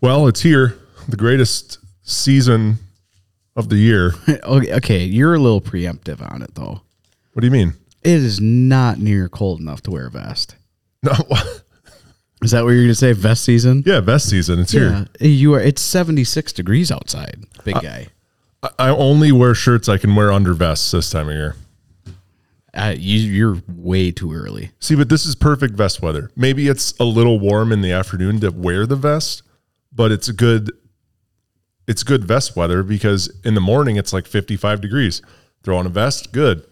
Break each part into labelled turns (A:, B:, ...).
A: Well, it's here. The greatest season of the year.
B: okay, okay, you're a little preemptive on it though.
A: What do you mean?
B: It is not near cold enough to wear a vest.
A: No.
B: Is that what you're gonna say? Vest season?
A: yeah, best season. It's here.
B: Yeah, Uh, you are. It's 76 degrees outside, big guy.
A: I I only wear shirts I can wear under vests this time of year.
B: Uh, you, you're way too early.
A: See, but this is perfect vest weather. Maybe it's a little warm in the afternoon to wear the vest, but it's good it's good vest weather because in the morning it's like 55 degrees. Throw on a vest, good.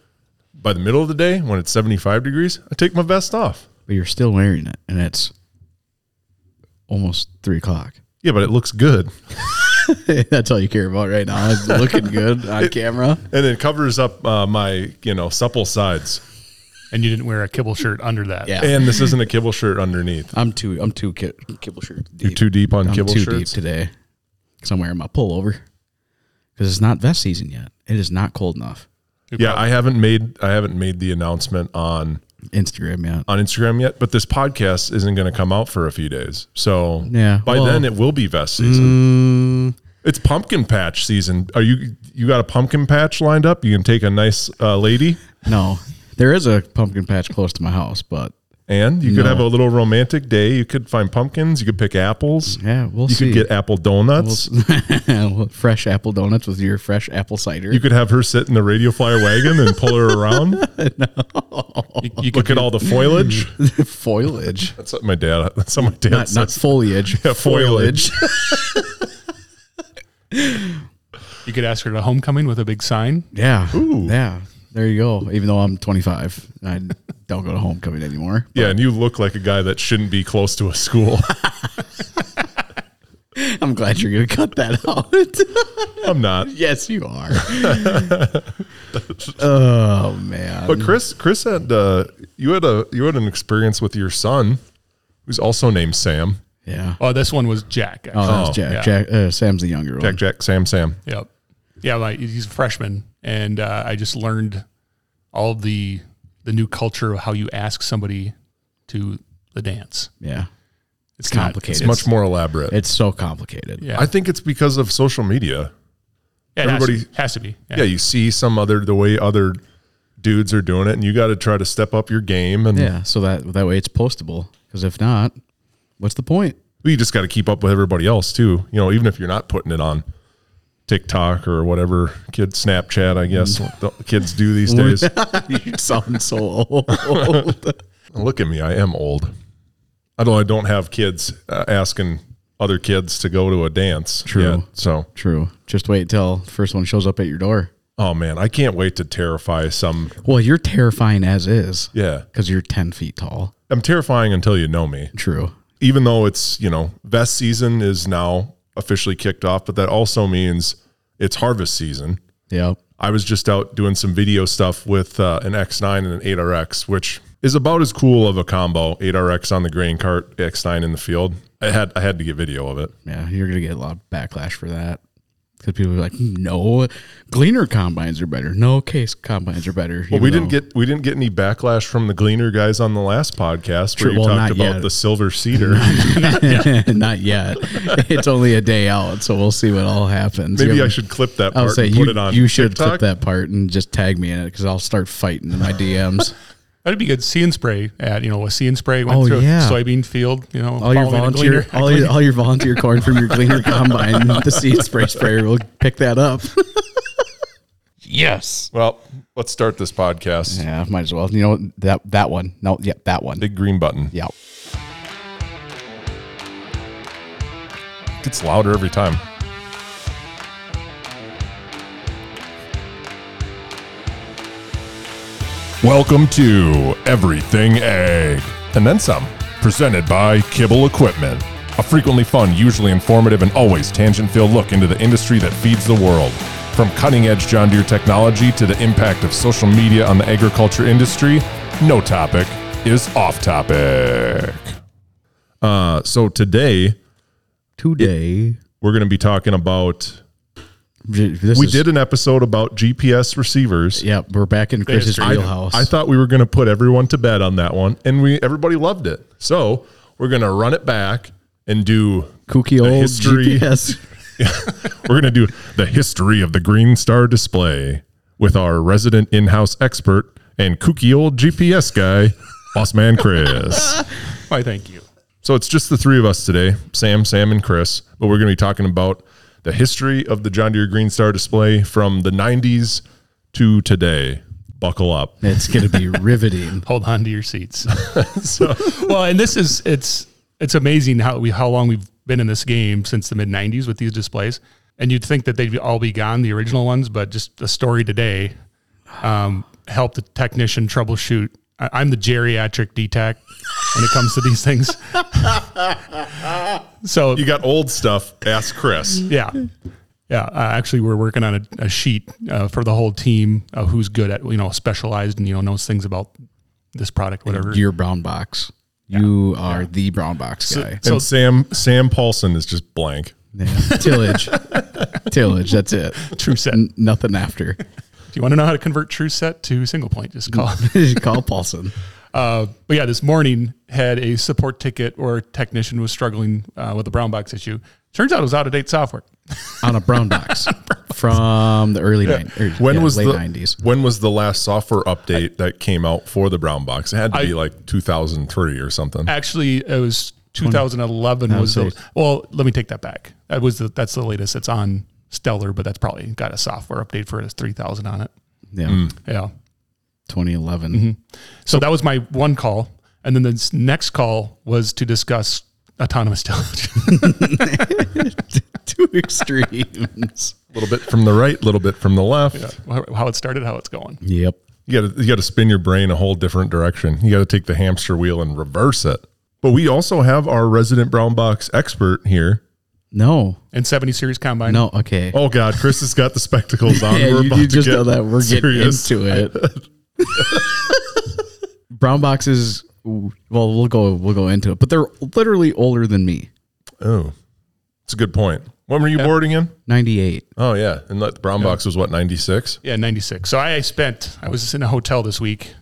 A: By the middle of the day when it's 75 degrees, I take my vest off.
B: but you're still wearing it, and it's almost three o'clock.
A: Yeah, but it looks good.
B: That's all you care about right now. It's looking good on camera.
A: And it covers up uh, my, you know, supple sides.
C: and you didn't wear a kibble shirt under that.
B: Yeah.
A: And this isn't a kibble shirt underneath.
B: I'm too. I'm too ki- kibble shirt.
A: You're
B: Deep.
A: too deep on
B: I'm
A: kibble
B: too deep
A: shirts.
B: today because I'm wearing my pullover because it's not vest season yet. It is not cold enough.
A: yeah, I haven't made I haven't made the announcement on
B: Instagram yet.
A: on Instagram yet, but this podcast isn't going to come out for a few days. So
B: Yeah,
A: by
B: well- mm.
A: then it will be vest season. It's pumpkin patch season. Are you you got a pumpkin patch lined up? You can take a nice uh, lady,
B: No, there is a pumpkin patch close to my house, but
A: and you could have a little romantic day. You could find pumpkins. You could pick apples.
B: yeah, we'll
A: you
B: see.
A: could get apple donuts.
B: Well, fresh apple donuts with your fresh apple cider.
A: you could have her sit in the radio flyer wagon and pull her around.
C: You, you could
A: Look at all the foliage.
B: foliage,
A: That's what my dad. That's what my dad
B: not, not
A: says.
B: foliage.
A: Yeah, foliage.
C: you could ask her to homecoming with a big sign.
B: Yeah.
A: Ooh.
B: Yeah. There you go. Even though I'm 25, I don't go to homecoming anymore.
A: yeah, and you look like a guy that shouldn't be close to a school.
B: I'm glad you're going to cut that out.
A: I'm not.
B: yes, you are. oh man.
A: But Chris, Chris had uh, you had a you had an experience with your son, who's also named Sam.
B: Yeah.
C: Oh, this one was Jack.
B: Oh,
C: actually.
B: that was Jack. Jack uh, Sam's the younger
A: Jack,
B: one.
A: Jack, Sam, Sam.
C: Yep. Yeah, my, he's a freshman, and uh, I just learned all the the new culture of how you ask somebody to the dance.
B: Yeah.
C: It's not-
B: Complicated.
A: It's much more elaborate.
B: It's so complicated.
C: Yeah,
A: I think it's because of social media.
C: Yeah, it has to
A: everybody-
C: be- has to be.
A: Yeah, you see some other the way other dudes are doing it, and you got to try to step up your game. And
B: Yeah, so that that way it's postable cuz if not, what's the point?
A: you just got to keep up with everybody else too. You know, even if you're not putting it on TikTok or whatever kid Snapchat, I guess what the kids do these days.
B: you sound so old.
A: Look at me, I am old. Although I don't have kids uh, asking other kids to go to a dance.
B: True.
A: so,
B: True. Just wait till the first one shows up at your door.
A: oh man, I can't wait to terrify some.
B: Well, you're terrifying as is
A: Yeah,
B: cuz you're 10 feet tall.
A: I'm terrifying until you know me.
B: True.
A: Even though it's you know vest season is now officially kicked off, but that also means it's harvest season.
B: Yep.
A: I was just out doing some video stuff with uh, an X9 and an 8RX, which is about as cool of a combo. 8RX on the grain cart, X9 in the field. I had I had to get video of it.
B: Yeah, you're gonna get a lot of backlash for that because people are like, "No, gleaner combines are better. No case combines are better."
A: Well, we didn't get we didn't get any backlash from the Gleaner guys on the last podcast where
B: True,
A: you
B: well,
A: talked
B: not
A: about
B: yet.
A: the silver cedar.
B: get not yet. It's only a day out, so we'll see what all happens.
A: Maybe
B: You
A: I
B: have-
A: should clip that
B: I
A: part
B: would say
A: and
B: you,
A: put it on.
B: you should
A: TikTok.
B: clip that part and just tag me in it because I'll start fighting in my DMs.
C: That'd be good. Sea and spray at you know a sea and spray went
B: Oh,
C: through
B: yeah.
C: a soybean field. You know,
B: All your
C: following a
B: volunteer,
C: gleaner.
B: all your, all your volunteer corn from your gleaner combine, the seed spray sprayer will pick that up.
C: yes.
A: Well, let's start this podcast.
B: Yeah, might as well. You know what? that that one. No, yeah, that one.
A: Big green button.
B: Yeah.
A: It gets louder every time. Welcome to Everything Egg, and then some, presented by Kibble Equipment. A frequently fun, usually informative, and always tangent filled look into the industry that feeds the world. From cutting edge John Deere technology to the impact of social media on the agriculture industry, no topic is off topic. Uh, so today,
B: Today,
A: we're going to be talking about.
B: this
A: We
B: is-
A: did an episode about GPS receivers.
B: Yeah, we're back in Chris's
C: I-
B: wheelhouse.
A: I thought we were going to put everyone to bed on that one, and we everybody loved it. So we're going to run it back and do
B: kooky old
A: history.
B: GPS.
A: We're going to do the history of the Green Star display with our resident in house expert and kooky old GPS guy, Boss Man Chris.
C: Why, thank you.
A: so it's just the three of us today Sam, Sam, and Chris. But we're going to be talking about the history of the John Deere Green Star display from the 90s to today. Buckle up.
B: It's gonna be riveting.
C: Hold on to your seats. well, and this is it's it's amazing how we how long we've been in this game since the mid '90s with these displays. And you'd think that they'd all be gone, the original ones, but just the story today um, helped the technician troubleshoot. I, I'm the geriatric DTAC when it comes to these things. so
A: You got old stuff, ask Chris.
C: yeah yeah uh, actually we're working on a, a sheet uh, for the whole team uh, who's good at you know specialized and you know knows things about this product whatever
B: Your brown box. You are the brown box guy.
A: and Sam Sam Paulson is just blank.
B: Yeah. Tillage. Tillage. That's it.
C: true set do
B: N- nothing after.
C: you want to know how to convert true set to single point just call
B: Call Paulson.
C: uh, but yeah this morning had a support ticket or a technician was struggling uh, with a brown box issue turns out it was out of date software
B: on a brown box from the early 90s.
A: When was
B: late
A: the
B: 90s?
A: when was the last software update that came out for the brown box? It had to be like 2003 or something.
C: actually it was 2011 was
B: so-
C: the well let me take that back that was the, that's the latest it's on stellar but that's probably got a software update for it it's 3000 on it
B: Yeah,
A: Mm.
C: yeah
B: 2011.
A: Mm-hmm.
C: So that was my one call. And then the s- next call was to discuss autonomous television.
B: Two extremes.
A: A little bit from the right, a little bit from the left.
C: how how it started, how it's going.
B: Yep.
A: You got to you got to spin your brain a whole different direction. You got to take the hamster wheel and reverse it. But we also have our resident brown box expert here.
B: No.
C: And 70 series combine.
B: No. Okay.
A: Oh God, Chris has got the spectacles on.
B: yeah,
A: Oh, We're
B: you,
A: about
B: you
A: to
B: just
A: get
B: know that we're
A: serious.
B: getting into it. brown boxes. Well, we'll go. We'll go into it, but they're literally older than me.
A: Oh, it's a good point. When were you born again?
B: 98.
A: Oh yeah, and that brown box was what 96.
C: Yeah, 96. So I spent, I was in a hotel this week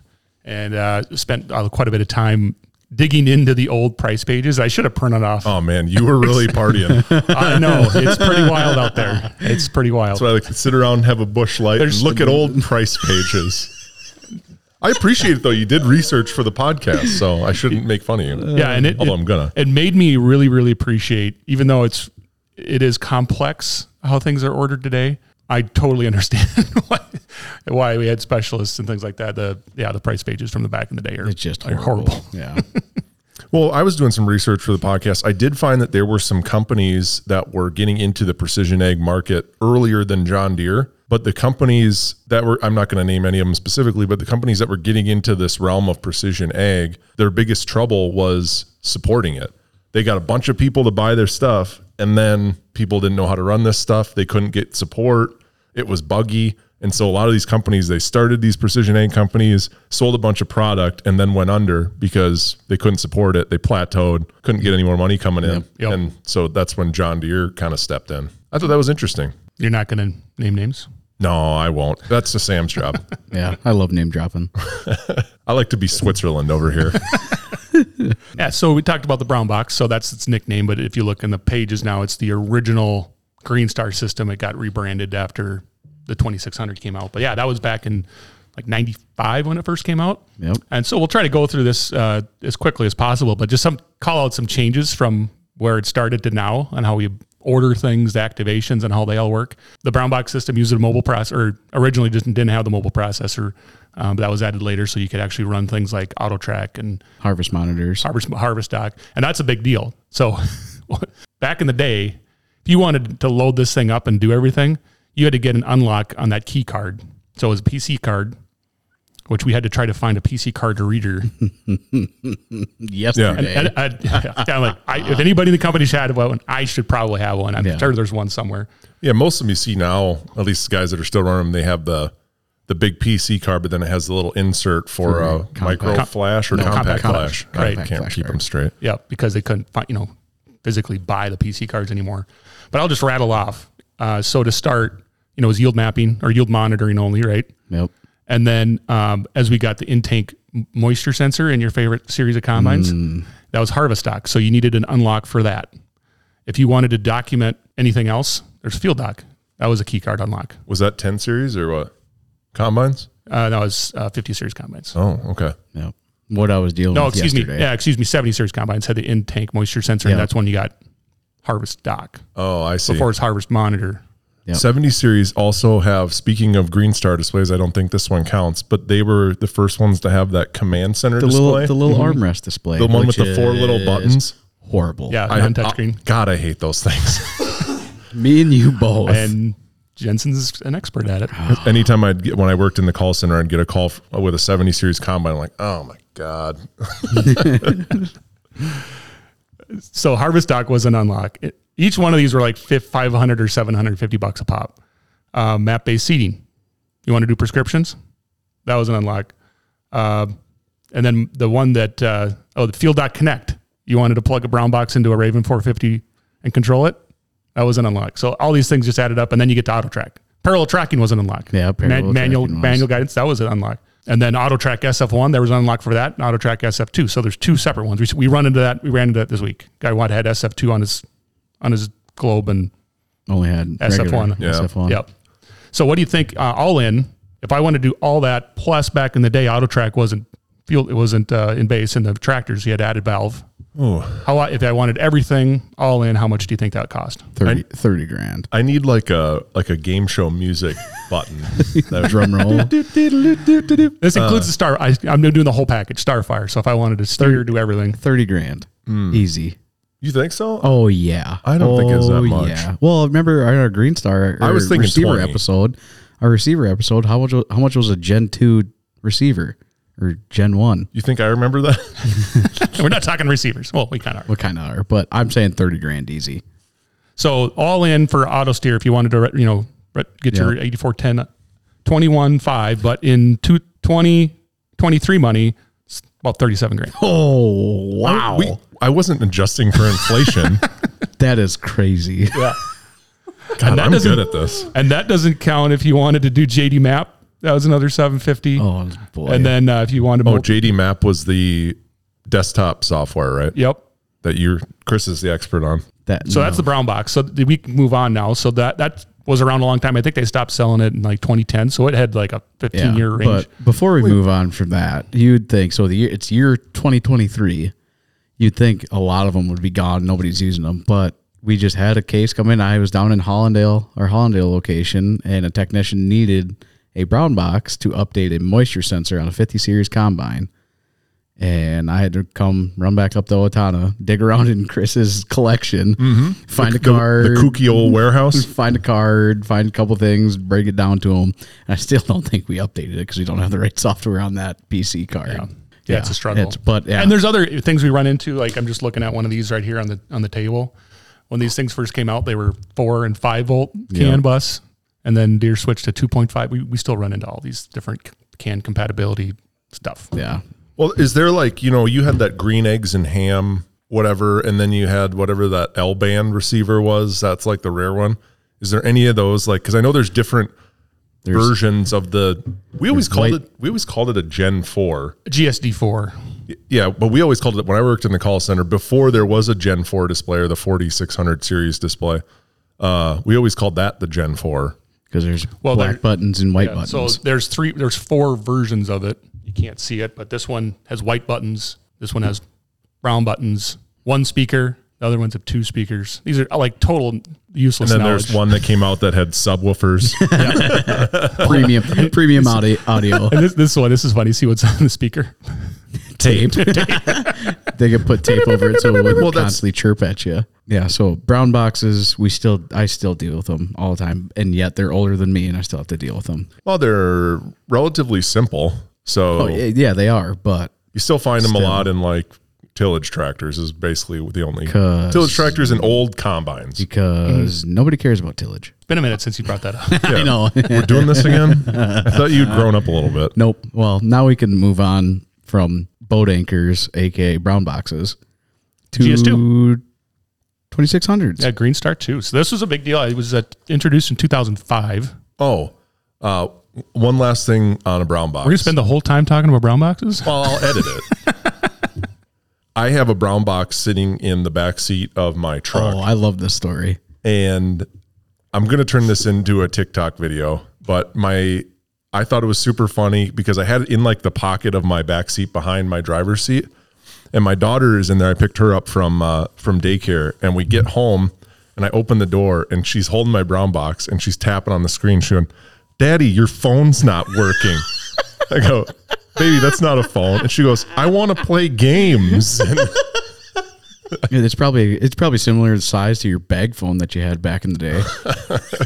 C: and uh, spent uh, quite a bit of time digging into the old price pages. I should have printed off.
A: Oh man, you were really partying. That's
C: I know. It's pretty wild out there. It's pretty wild.
A: why I like to sit around, have a bush light, and
C: There's-
A: look at old price pages. I appreciate it though. You did research for the podcast, so I shouldn't make fun of you.
C: yeah. And it,
A: Although I'm gonna.
C: it made me really really appreciate even though it's it is complex how things are ordered today i totally understand why, why we had specialists and things like that the yeah the price pages from the back in the day are
B: It's just
C: are
B: horrible. Yeah.
A: Well, I was doing some research for the podcast. I did find that there were some companies that were getting into the precision egg market earlier than John Deere, but the companies that were, I'm not going to name any of them specifically, but the companies that were getting into this realm of precision egg, their biggest trouble was supporting it. They got a bunch of people to buy their stuff, and then people didn't know how to run this stuff. They couldn't get support it was buggy and so a lot of these companies they started these precision egg companies sold a bunch of product and then went under because they couldn't support it they plateaued couldn't get any more money coming in
C: yep.
A: and so that's when john deere kind of stepped in i thought that was interesting
C: you're not going to name names
A: no i won't that's the sam's job
B: Yeah. I love name dropping.
A: i like to be switzerland over here
C: yeah so we talked about the brown box so that's its nickname but if you look in the pages now it's the original green star system it got rebranded after the 2600 came out but yeah that was back in like 95 when it first came out
B: Yep.
C: And so we'll try to go through this uh, as quickly as possible, but just some call out some changes from where it started to now and how we order things, the activations, and how they all work. The brown box system uses a mobile processor, or originally just didn't have the mobile processor, um, but that was added later so you could actually run things like auto track and
B: Harvest monitors.
C: harvest, harvest dock. And that's a big deal. So back in the day, if you wanted to load this thing up and do everything, you had to get an unlock on that key card. So it was a PC card. Which we had to try to find a PC card reader
B: Yesterday.
C: and I, yeah, I'm like, I, if anybody in the company should have one, I should probably have one. I'm
B: Yeah.
C: sure there's one somewhere.
A: yeah most of them you see now at least the guys that are still running them they have the the big PC card, but then it has the little insert for, a micro flash or compact,
C: compact
A: flash.
C: flash.
A: I
C: Right.
A: can't
B: Flash
A: keep
B: card.
A: them straight.
C: Yeah, because they couldn't find, you know, physically buy the PC cards anymore. But I'll just rattle off. Uh, so to start, you know, it was yield mapping or yield monitoring only, right?
B: Yep.
C: And then um, as we got the intake m- moisture
B: Mm.
C: sensor in your favorite series of combines, that was harvest stock. So you needed an unlock for that. If you wanted to document anything else, there's field doc. That was a key card unlock.
A: Was that 10 series or what? Combines?
C: Uh, that was uh, 50 series combines.
A: Oh, okay.
B: Yep. What I was dealing
C: No,
B: with
C: excuse
B: yesterday.
C: me. Yeah, excuse me. 70 series combines had the in tank moisture sensor, and
B: Yeah.
C: that's when you got harvest doc
A: Oh, I see.
C: before it's harvest monitor.
B: Yep.
A: 70 series also have, speaking of Green Star displays, I don't think this one counts, but they were the first ones to have that command center
B: The little
A: display. Mm-hmm.
B: the little armrest display.
A: the one with
B: which
A: the four little
B: is
A: buttons.
B: Horrible.
C: Yeah,
A: I-
C: non
B: uh,
C: touch screen.
A: I- God, I hate those things.
B: Me and you both.
C: And Jensen's an expert at it.
A: Anytime I'd get, when I worked in the call center, I'd get a call f- with a 70 series combine. I'm like, oh my God.
C: So Harvest Dock was an unlock. It- each one of these were like fif- 500 or 750 bucks a pop. Uh, map based seating. You want to do prescriptions? That was an unlock. Uh, and then the one that, uh, oh, the Field Dock Connect. You wanted to plug a brown box into a Raven 450 and control it? That was an unlock. So all these things just added up, and then you get to auto track. Parallel tracking was an unlock.
B: Yeah, parallel
C: manual
B: tracking was.
C: manual guidance that was an unlock, and then auto track SF1 there was an unlock for that, and auto track SF2. So there's two separate ones. We, we run into that. We ran into that this week. Guy Watt had SF2 on his on his globe, and
B: Only had
C: SF1.
A: Yeah.
B: regular SF1.
C: yep. So what do you think? Uh, all in, if I want to do all that plus back in the day, auto track wasn't field, it wasn't uh, in base, and the tractors he had added valve.
A: Ooh.
C: How if I wanted everything all in, how much do you think that would cost?
B: 30, 30 grand.
A: I need like a like a game show music button. That
B: Drum roll.
C: This includes the star. I, I'm doing the whole package, Starfire. So if I wanted to steer, do everything.
B: 30 grand. Easy.
A: you think so?
B: Oh yeah.
A: Mm. I don't think it's that
B: Oh,
A: much.
B: Well, remember our Green Star
A: I
B: our
A: was thinking
B: receiver
A: 20.
B: episode. Our receiver episode, how much how much was a Gen 2 receiver or Gen 1?
A: You think I remember that?
C: And we're not talking receivers. Well, we kind of are.
B: What kind of are? But I'm saying 30 grand easy.
C: So all in for auto steer. If you wanted to, you know, get your 8410, 21.5, but in two, 20, 23 money, it's about 37 grand.
B: Oh, wow.
A: We, I wasn't adjusting for inflation.
B: that is crazy.
A: God,
C: that
A: I'm
C: doesn't-
A: good at this.
C: And that doesn't count if you wanted to do JD map. That was another 750.
B: Oh boy.
C: and then uh, if you wanted to,
A: Oh, JD Map was the desktop software, right?
C: yep.
A: That you, Chris is the expert on.
B: that
C: So that's the brown box. So th- we can move on now. So that, that was around a long time. I think they stopped selling it in like 2010. So it had like a 15 year range.
B: But before we move on from that, you'd think so. The year it's year 2023. You'd think a lot of them would be gone. Nobody's using them, but we just had a case come in. I was down in Hollandale, our Hollandale location, and a technician needed a brown box to update a moisture sensor on a 50 series combine. And I had to come run back up to Otana, dig around in Chris's collection,
C: Mm-hmm.
B: find a
A: The,
B: card,
A: the kooky old warehouse.
B: find a card, find a couple things, break it down to them. And I still don't think we updated it because we don't have the right software on that PC card. Yeah,
C: yeah, it's a struggle.
B: but yeah,
C: And there's other things we run into. Like I'm just looking at one of these right here on the on the table. When these things first came out, they were four and five volt
B: Yeah.
C: CAN bus, and then Deer switched to 2.5. We, we still run into all these different c- CAN compatibility stuff.
B: yeah,
A: Well, is there like, you know, you had that green eggs and ham, whatever, and then you had whatever that L band receiver was. That's like the rare one. Is there any of those? Like, because I know there's different versions of the. We always called
B: light-
A: it. We always called it a Gen Four.
C: GSD four.
A: Yeah, but we always called it when I worked in the call center before there was a Gen 4 display or the 4600 series display. Uh, we always called that the Gen 4.
B: because there's
C: Well, there-
B: black buttons and white
C: So
B: buttons.
C: there's three. There's four versions of it. You can't see it, but this one has white buttons. This one has brown buttons. One speaker. The other ones have two speakers. These are like total useless.
A: And then
C: knowledge.
A: there's one that came out that had subwoofers.
B: premium, premium audio, audio
C: And this this one, this is funny. See what's on the speaker.
B: tape. they could put tape over it so it wouldn't
A: Well, that's-
B: constantly chirp at you. Yeah, so brown boxes, we still, I still deal with them all the time, and yet they're older than me, and I still have to deal with them.
A: well, they're relatively simple. So
B: Oh, yeah, they are, but
A: you still find them a lot in like tillage tractors is basically the only
B: 'Cause-
A: tillage tractors and old combines.
B: because
C: Mm.
B: nobody cares about tillage.
C: It's been a minute since you brought that up.
A: Yeah.
B: I know.
A: We're doing this again? I thought you'd grown up a little bit.
B: Nope. Well, now we can move on from boat anchors, aka brown boxes, to
C: GS2.
B: 2600s.
C: yeah, Green Star too. So this was a big deal. It was uh, introduced in 2005. We're
A: Oh, uh, one last thing on a brown box.
C: gonna spend the whole time talking about brown boxes.
A: Well, I'll edit it. I have a brown box sitting in the back seat of my truck,
B: Oh, I love this story.
A: and I'm gonna turn this into a TikTok video. But my, I thought it was super funny because I had it in like the pocket of my back seat behind my driver's seat, and my daughter is in there. I picked her up from uh, from daycare, and we get home, and I open the door, and she's holding my brown box, and she's tapping on the screen, she going, "Daddy, your phone's not working." I go, "Baby, that's not a phone," and she goes, "I want to play games." And
B: Yeah, It's probably it's probably similar in size to your bag phone that you had back in the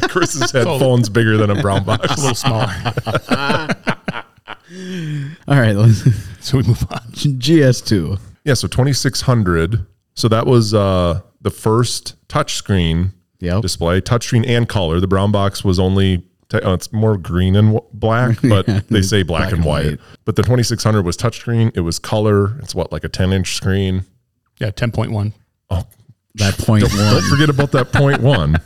B: day.
A: Chris's headphones bigger than a brown box.
C: a little smaller.
B: All right, let's-
C: so we move on.
B: GS2.
A: Yeah, so 2600. So that was uh, the first touchscreen
B: Yep.
A: display, touchscreen and color. The brown box was only, te- oh, it's more green and w- black, but they say black, and
B: and
A: white.
B: white.
A: But the 2600 was touchscreen. It was color. It's what, like a 10 inch screen?
C: Yeah, ten point one.
A: Oh,
B: That point one.
A: don't forget about that point one.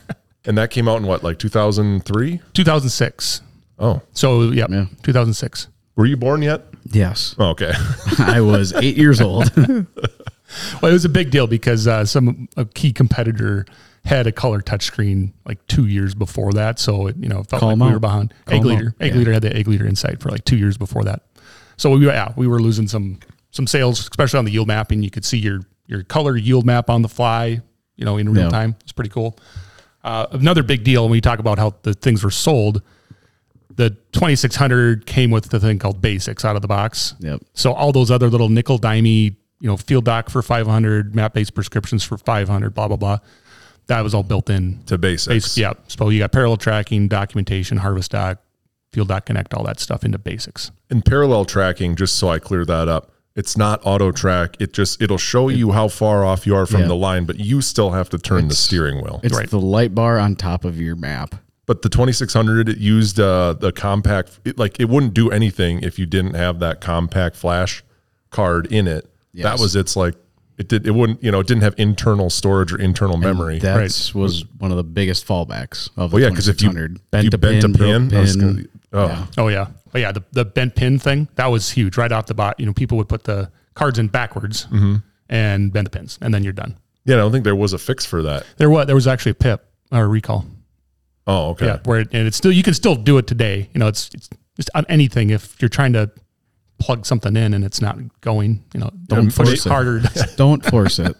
A: And that came out in what, like 2003?
C: Two thousand six.
A: Oh,
C: So yeah,
B: Yeah.
C: two thousand six.
A: were you born yet?
B: Yes,
A: Oh, okay.
B: I was eight years old.
C: Well, it was a big deal because uh, some a key competitor had a color touchscreen like two years before that. So it you know felt
B: Call
C: like
B: 'em
C: we
B: out.
C: were behind.
B: Call
C: egg
B: 'em
C: leader,
B: out.
C: egg
B: Yeah.
C: leader had the egg leader insight for like two years before that. So we were yeah, we were losing some some sales, especially on the yield mapping. You could see your your color yield map on the fly, you know, in real
B: Yeah.
C: time. It's pretty cool. Uh, another big deal when we talk about how the things were sold. The 2600 came with the thing called Basics out of the box.
B: Yep.
C: So all those other little nickel dimey, you know, field doc for 500, map based prescriptions for 500, blah, blah, blah. That was all built in.
A: to basics.
C: Base, yeah. So you got parallel tracking, documentation, harvest doc, field doc connect, all that stuff into basics.
A: in parallel tracking just so i clear that up it's not auto track it just it'll show you how far off you are from
B: Yeah.
A: the line but you still have to turn the steering wheel
B: It's
C: Right.
B: the light bar on top of your map.
A: but the 2600 it used uh, the compact it, like it wouldn't do anything if you didn't have that compact flash card in it that
B: Yes.
A: was its like it did it wouldn't you know it didn't have internal storage or internal memory
B: That was one of the biggest fallbacks of the
A: well yeah because if you,
B: 2600.
A: you bent a pin,
B: broke
A: I was
B: pin.
A: gonna- oh
C: Oh, yeah. But yeah, the, the bent pin thing, that was huge right off the bot. You know, people would put the cards in backwards and bend the pins, and then you're done.
A: yeah i don't think there was a fix for that
C: There was, there was actually a PIP or a recall.
A: oh okay
C: Yeah, where it, and it's still you can still do it today. You know, it's it's just on anything if you're trying to plug something in and it's not going. You know, don't
A: Yeah,
C: push
A: but
C: it
A: it-
C: harder.
B: Don't force it.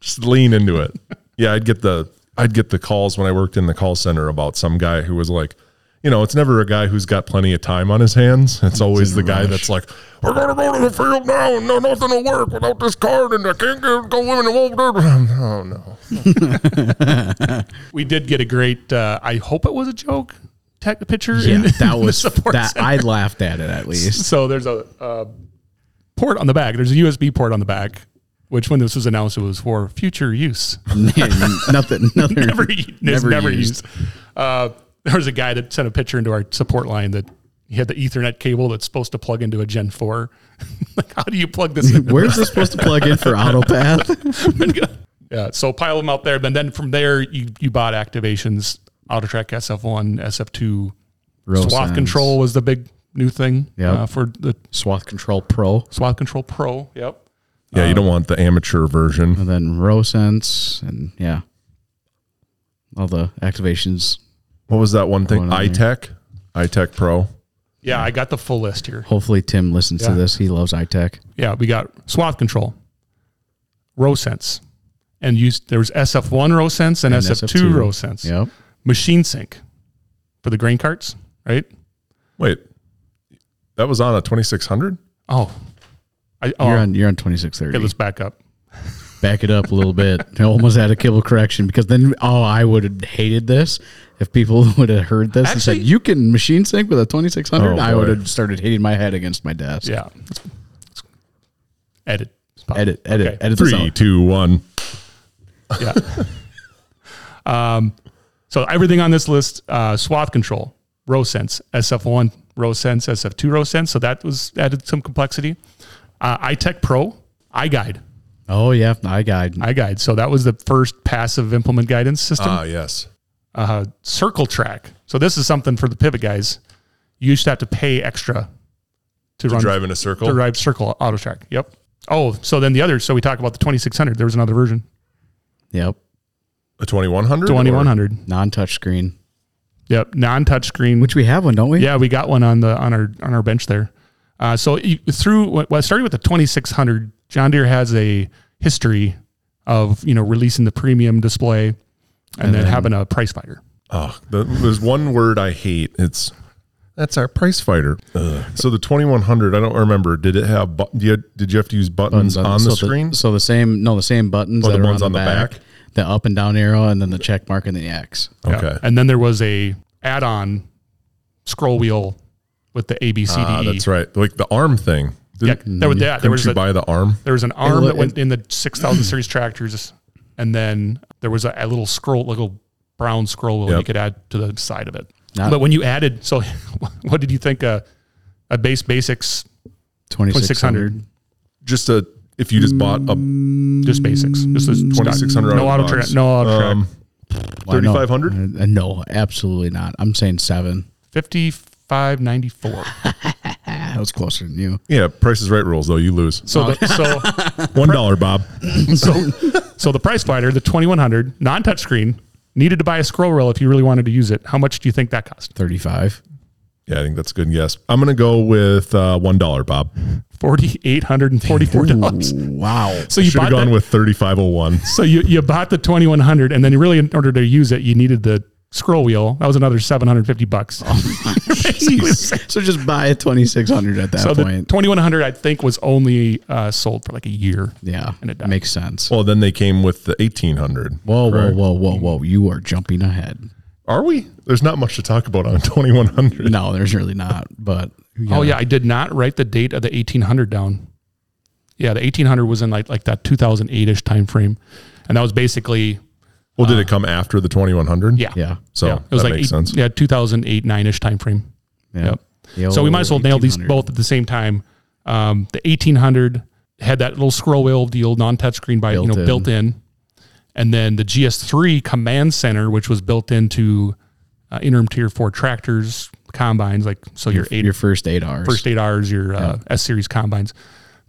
A: just lean into it. Yeah, I'd get the I'd get the calls when I worked in the call center about some guy who was like, you know, it's never a guy who's got plenty of time on his hands. It's always the guy that's like, we're gonna go to the field now, and no nothing will work without this card, and I can't get, go in and won't. do it." Oh no,
C: we did get a great. Uh, I hope it was a joke. Tech picture.
B: Yeah,
C: in- in
B: that
C: the
B: was
C: support
B: that.
C: center.
B: I laughed at it at least.
C: so there's a uh, port on the back. There's a USB port on the back. Which when this was announced, it was for future use.
B: nothing, nothing.
C: never, u- it's
B: never
C: never used.
B: used.
C: Uh, there was a guy that sent a picture into our support line that he had the Ethernet cable that's supposed to plug into a Gen 4. like, how do you plug this in?
B: Where's this supposed to plug in for AutoPath?
C: yeah, so pile them out there. Then, then from there, you, you bought activations, AutoTrack SF1, SF2.
B: Row
C: swath
B: signs.
C: control was the big new thing
B: Yep.
C: uh, for the
B: Swath Control Pro,
C: swath control pro. Yep.
A: yeah, you don't want the amateur version.
B: and then RowSense, and yeah, all the activations.
A: What was that one thing?
B: Going on
A: iTech, iTech Pro.
C: Yeah, I got the full list here.
B: Hopefully, Tim listens
C: Yeah.
B: to this. He loves iTech.
C: Yeah, we got swath control, row sense, and used there was SF1 row sense and,
B: And
C: SF2,
B: SF2.
C: row sense.
B: Yep.
C: Machine sync for the grain carts, right?
A: Wait, that was on a 2600.
C: Oh, I oh,
B: You're on. You're on
C: okay,
B: 2630.
C: let's back up.
B: back it up a little bit. I almost had a kibble correction because then, oh, I would have hated this if people would have heard this and
C: Actually-
B: said, "You can machine sync with a 2600."
A: Oh,
B: I
A: boy.
B: would have started hitting my head against my desk.
C: Yeah, Let's- let's edit.
B: Edit, edit,
C: Okay.
B: edit this
A: Three,
B: out.
A: two, one.
C: Yeah. um, so everything on this list, uh, swath control, row sense, SF1 row sense, SF2 row sense. So that was added some complexity. Uh, iTech Pro, iGuide,
B: Oh yeah, I guide.
C: iGuide. So that was the first passive implement guidance system.
A: Ah, yes.
C: uh, circle track. So this is something for the pivot guys. You used to have to pay extra to,
A: To
C: run
A: drive in a
C: to
A: circle.
C: drive circle auto track. Yep. Oh, so then the other. So we talk about the 2600. There was another version,
B: Yep.
A: A 2100?
C: 2100.
B: Non touch screen,
C: Yep, non-touchscreen.
B: which we have one, don't we?
C: yeah, we got one on the on our on our bench there. Uh, so you- through well, starting with the 2600, John Deere has a history of you know releasing the premium display and, then, having a price fighter.
A: Oh, the, there's one word I hate. It's that's our price fighter. Ugh. So the 2100, I don't remember. Did it have? Bu- you had- did you have to use buttons,
C: Mm,
A: on
B: so
A: the screen?
B: so the same, no, the same buttons
A: Oh, the
B: that are
A: ones
B: on the, back, the up and down arrow, and then the check mark and the X.
C: Yeah.
A: okay,
C: And then there was a add-on scroll wheel with the A B C D E.
A: ah, that's right. Like the arm thing. Did,
C: Yeah, there was yeah, there
A: Couldn't
C: was
A: you
C: a,
A: buy the arm?
C: there was an arm
B: lo-
C: that went in the 6000 series tractors, and then there was a, a little scroll, little brown scroll wheel you
A: Yep.
C: could add to the side of it.
B: Not-
C: but when you added, so what did you think? A, a base basics,
B: 2600.
A: Just a if you just bought a
C: just basics, just this
A: 2600
C: Mm, no
A: out
C: auto
A: of the
C: track,
A: box.
C: no auto track,
A: um,
B: Why, no.
A: 3500?
B: Uh, No, absolutely not. I'm saying seven.
C: fifty five ninety four.
B: That was closer than you.
A: yeah, Price is Right rules though. You lose
C: So the, so
A: one dollar, Bob.
C: so so the price fighter, the twenty one hundred non touchscreen, needed to buy a scroll rail if you really wanted to use it. How much do you think that cost?
B: 35.
A: Yeah, I think that's a good guess. I'm gonna go with uh, one dollar, Bob.
C: Forty eight hundred and forty four dollars.
B: Wow.
C: So you
A: Should have
C: bought
A: gone
C: that-
A: with thirty five oh one.
C: So you, you bought the 2100 and then you really in order to use it you needed the scroll wheel. That was another 750 bucks.
A: Oh,
B: so just buy a 2600 at that
C: so the
B: point.
C: 2100 I think was only uh, sold for like a year.
B: yeah.
C: and it died.
B: makes sense.
A: Well, then they came with the eighteen hundred.
B: Whoa, whoa, whoa, whoa, whoa. You are jumping ahead.
A: Are we? There's not much to talk about on 2100.
B: No, there's really not. But
C: Oh yeah, I did not write the date of the 1800 down. Yeah, the 1800 was in like like that 2008ish time frame. And that was basically
A: Well, did it come after the 2100?
C: Um, yeah.
B: Yeah.
A: So
C: yeah, it was
A: that
C: like
A: makes
C: eight-
A: sense.
C: yeah, 2008 9ish time frame.
B: Yeah.
C: Yep.
B: The
C: So we might as well nail these
B: 1800.
C: both at the same time. Um, the 1800 had that little scroll wheel deal, non-touch screen by you
B: Built
C: know
B: in.
C: built in, and then the GS3 command center, which was built into uh, interim tier four tractors, combines, like so your, eight
B: Your first eight hours.
C: first eight R's, your uh, S series combines,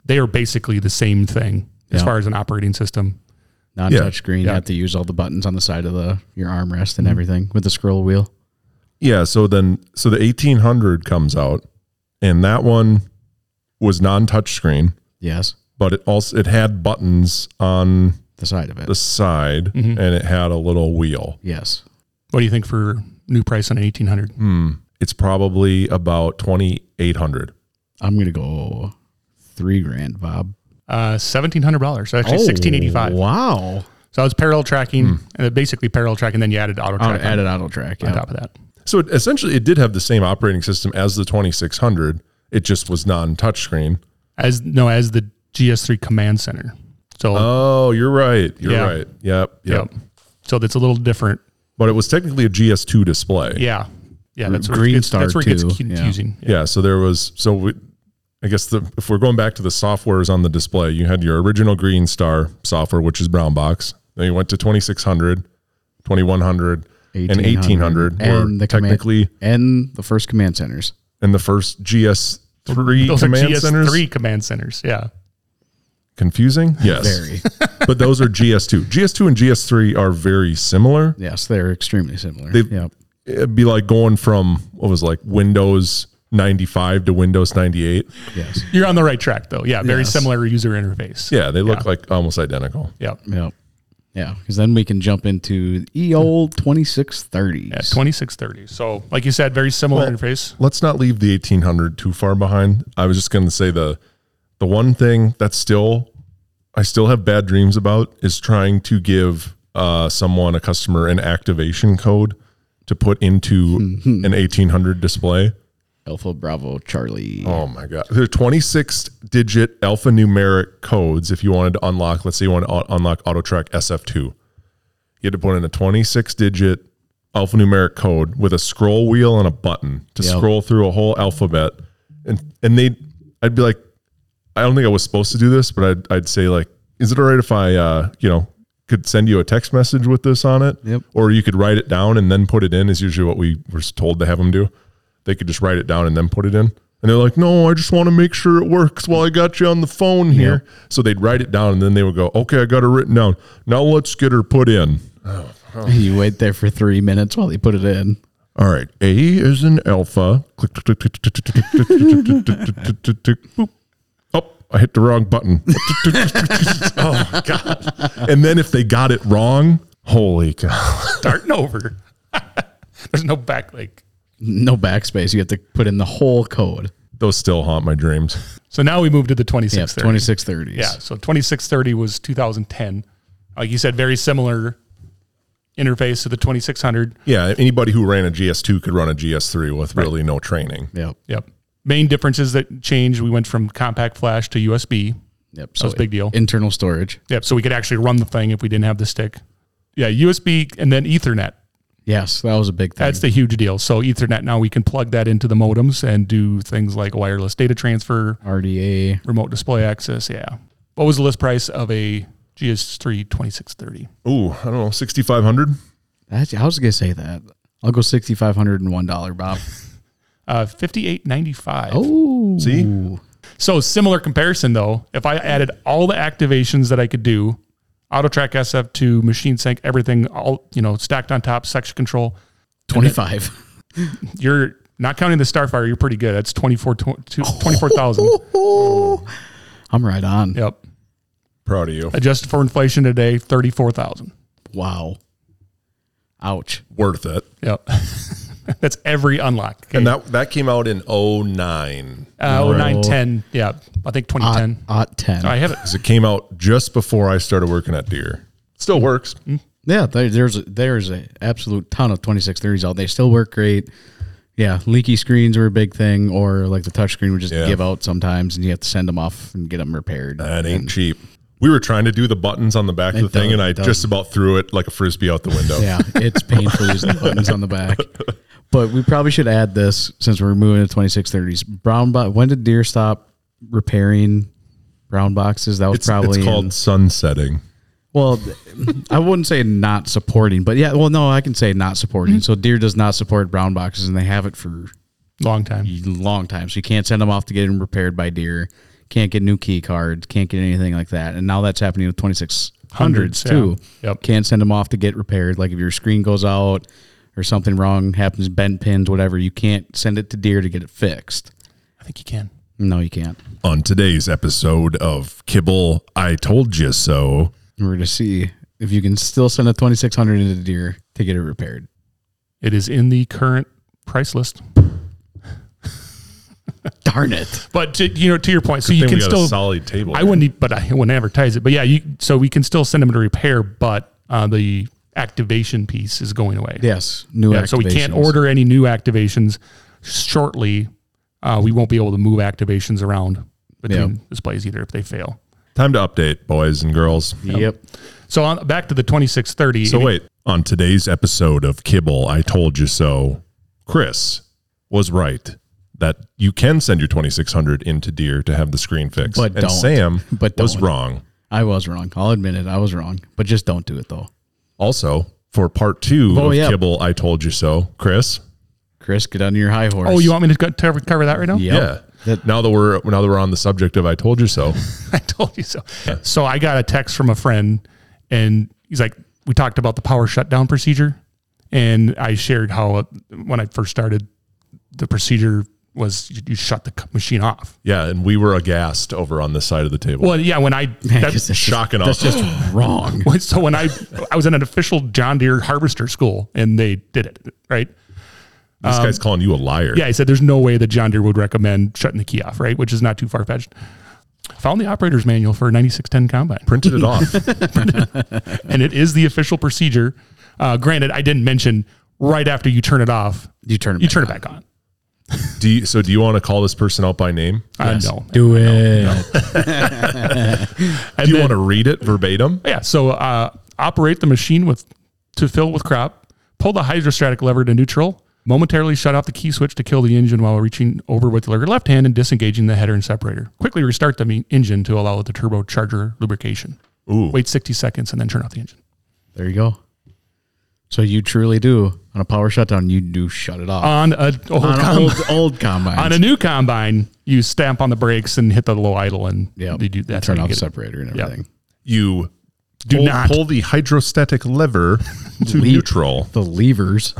C: they are basically the same thing as
B: Yeah.
C: far as an operating system.
B: non
A: Yeah.
B: touch screen.
C: Yeah. Mm-hmm.
B: You have to use all the buttons on the side of the your armrest and everything with the scroll wheel.
A: Yeah. So then, so the 1800 comes out, and that one was non touchscreen,
B: Yes.
A: but it also it had buttons on
B: The side of it.
A: the side,
C: Mm-hmm.
A: and it had a little wheel.
B: yes.
C: What do you think for new price on an 1800?
A: It's probably about 2800.
B: I'm going to go three grand, Bob. Oh,
C: Uh, $1,700, actually 1685
B: Wow.
C: So I was parallel tracking, and it basically parallel tracking. Then you added auto track
B: Auto,
C: on,
B: added auto track.
C: on
B: Yeah.
C: top of that.
A: So it, essentially, it did have the same operating system as the 2600. It just was non touchscreen.
C: As no, as the GS3 command center. So
A: Oh, you're right. You're
C: Yeah.
A: right. Yep. Yep.
C: yep. So that's a little different.
A: But it was technically a GS2 display.
C: Yeah, yeah. That's where
B: Green
C: it gets,
B: Star
C: That's where it gets
B: too, yeah.
C: confusing. Yeah.
A: Yeah. So there was, so we, I guess the, if we're going back to the softwares on the display, you had your original Green Star software, which is Brown Box. Then you went to 2600, 2100, and 1800
B: And
A: were
B: the command-
A: technically
B: and the first command centers.
A: in the first GS3
C: Those
A: command
C: are GS3
A: centers.
C: command centers. Yeah,
A: Confusing? Yes.
B: Very.
A: but those are GS2. GS2 and GS3 are very similar.
B: yes, they're extremely similar.
A: They've-
B: yep.
A: It'd be like going from what was like Windows 95 to Windows 98.
B: Yes.
C: you're on the right track though. Yeah, very
B: Yes.
C: similar user interface.
A: Yeah, they look like almost identical.
C: yeah.
B: Yep. Yeah, because then we can jump into e old twenty six thirty.
C: At 2630. So, like you said, very similar interface.
A: let's not leave the 1800 too far behind. I was just going to say the the one thing that's still I still have bad dreams about is trying to give uh, someone a customer an activation code to put into an 1800 display.
B: Alpha Bravo Charlie.
A: Oh my god. There are 26 digit alphanumeric codes if you wanted to unlock let's say you want to un- unlock AutoTrack SF2. You had to put in a 26 digit alphanumeric code with a scroll wheel and a button to
B: Yep.
A: scroll through a whole alphabet and and they I'd be like I don't think I was supposed to do this but I'd I'd say like is it all right if I uh you know could send you a text message with this on it
B: Yep.
A: or you could write it down and then put it in is usually what we were told to have them do. They could just write it down and then put it in. And they're like, no, I just want to make sure it works while I got you on the phone here. So they'd write it down and then they would go, okay, I got her written down. Now let's get her put in.
C: Oh.
B: You wait there for three minutes while they put it in.
A: All right. A is an alpha. Click, click, click, click, click, click, click, click, click, click, click, click, click, click. Boop. Oh, I hit the wrong button. oh, God. And then if they got it wrong, holy cow.
C: starting over. There's no back like.
B: No backspace. You have to put in the whole code.
A: Those still haunt my dreams.
C: So now we move to the 2630.
B: Yeah, twenty six thirties.
C: Yeah, so 2630 was 2010. Like you said, very similar interface to the 2600.
A: Yeah. Anybody who ran a GS2 could run a GS3 with really no training.
B: Yep.
C: Yep. Main differences that changed, we went from compact flash to USB.
B: Yep.
C: was a big deal.
B: Internal storage.
C: Yep, so we could actually run the thing if we didn't have the stick. Yeah, USB and then Ethernet.
B: Yes, that was a big thing.
C: That's the huge deal. So Ethernet now we can plug that into the modems and do things like wireless data transfer,
B: RDA.
C: remote display access. Yeah. What was the list price of a GS3 2630?
A: Ooh, I don't know, 6,500?
B: That's, I was gonna say that. I'll go sixty five hundred and one dollar, Bob.
C: Uh, 58.95.
B: Oh,
A: See?
C: So similar comparison though, if I added all the activations that I could do, AutoTrack SF2, Machine Sync, everything, all you know, stacked on top, section control,
B: twenty five.
C: you're not counting the Starfire. You're pretty good. That's 24 tw- two- 24,000.
B: I'm right on.
C: yep.
A: Proud of you.
C: Adjusted for inflation today, 34,000.
B: Wow. Ouch.
A: Worth it.
C: Yep. That's every unlock. Okay.
A: And that that came out in 09.
C: uh, 0910. Yeah. I think 2010.
B: Ot ten.
C: I have it.
A: Because it came out just before I started working at Deer. Still works.
B: Yeah, there, there's there's an absolute ton of 2630s out. They still work great. Yeah, leaky screens were a big thing, or like the touchscreen would just
A: Yeah.
B: give out sometimes, and you have to send them off and get them repaired.
A: That ain't cheap. We were trying to do the buttons on the back of the
B: It
A: thing,
B: does-
A: and I
B: it does.
A: just about threw it like a frisbee out the window.
B: Yeah, it's painful using the buttons on the back. But we probably should add this since we're moving to 2630s. Brown box. When did Deer stop repairing brown boxes? That was
A: It's,
B: probably
A: it's
B: in-
A: called sunsetting.
B: Well, th- I wouldn't say not supporting, but yeah, well, no, I can say not
C: Mm-hmm.
B: supporting. So Deer does not support brown boxes, and they have it for
C: Long time.
B: long time. So you can't send them off to get them repaired by Deer. Can't get new key cards. Can't get anything like that. And now that's happening with 2600s
C: yeah.
B: too.
C: Yep.
B: Can't send them off to get repaired. Like if your screen goes out or something wrong happens, bent pins, whatever, you can't send it to Deer to get it fixed.
C: I think you can.
B: No, you can't.
A: On today's episode of Kibble, I Told You So,
B: We're going to see if you can still send a 2600 into Deer to get it repaired.
C: It is in the current price list.
B: Darn it.
C: But to, you know, to your point, so you
A: then
C: can
A: we got a
C: still
A: solid table.
C: I wouldn't, e- but I wouldn't advertise it. But yeah, you so we can still send them to repair, but uh, the activation piece is going away.
B: Yes. New
C: Yeah, so we can't
B: activations.
C: order any new activations shortly. Uh, we won't be able to move activations around between
B: Yeah.
C: displays either if they fail.
A: Time to update, boys and girls.
B: Yep.
C: So on, back to the 2630.
A: So wait, on today's episode of Kibble, I told you so. Chris was right that you can send your 2600 into Deer to have the screen fixed.
B: But
A: and
B: don't.
A: Sam
B: But
A: was
B: don't.
A: wrong.
B: I was wrong. I'll admit it. I was wrong. But just don't do it though.
A: Also, for part two
B: Oh,
A: of
B: yeah.
A: Kibble, I told you so. Chris,
B: Chris, get on your high horse.
C: Oh, you want me to go- to cover that right now?
B: Yep.
A: yeah. now that we're now that we're on the subject of I told you so,
C: I told you so. So I got a text from a friend, and he's like, "We talked about the power shutdown procedure, and I shared how uh, when I first started, the procedure was you, you shut the c- machine off.
A: yeah, and we were aghast over on this side of the table.
C: Well, yeah, when I
B: Because
C: that,
B: that's
A: Shocking
B: Just, that's
A: us.
B: just wrong.
C: so when I I was in an official John Deere harvester school, and they did it right.
A: this guy's calling you a liar.
C: um, Yeah, he said there's no way that John Deere would recommend shutting the key off, right? Which is not too far fetched. Found the operator's manual for a 9610 combine.
A: Printed it off.
C: and it is the official procedure. Uh, granted, I didn't mention right after you turn it off,
B: You turn.
C: you turn it back on.
A: do you, so do you want to call this person out by name?
C: I know.
B: Do it.
A: Do you want to read it verbatim?
C: Yeah. So uh, operate the machine with to fill with crop. Pull the hydrostatic lever to neutral. Momentarily shut off the key switch to kill the engine while reaching over with your left hand and disengaging the header and separator. Quickly restart the me- engine to allow the turbocharger lubrication.
A: Ooh.
C: Wait 60 seconds and then turn off the engine.
B: There you go. So you truly do on a power shutdown. You do shut it off
C: on a old
B: on
C: combine.
B: an old old combine.
C: on a new combine, you stamp on the brakes and hit the low idle, and
B: yeah,
C: you do that's
B: turn
C: how you
B: off
C: get it.
B: separator and
C: Yep.
B: everything.
A: You
C: Do
A: pull,
C: not.
A: pull the hydrostatic lever to
B: Leap.
A: neutral.
B: The levers.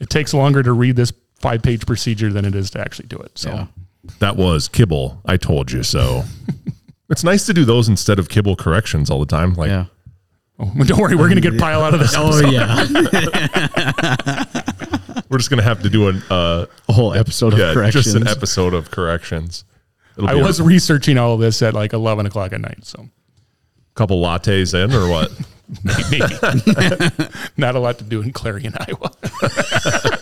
C: It takes longer to read this five page procedure than it is to actually do it. So
B: Yeah.
A: That was kibble. I told you so. it's nice to do those instead of kibble corrections all the time. Like,
B: yeah.
C: Oh, don't worry, we're gonna get pile out of this.
B: Oh yeah.
A: we're just gonna have to do an uh,
B: A whole episode of
A: yeah,
B: corrections.
A: just an episode of corrections. It'll
C: I
A: be
C: was researching all of this at like eleven o'clock at night, so
A: a couple lattes in or what?
C: maybe not a lot to do in Clarion, Iowa.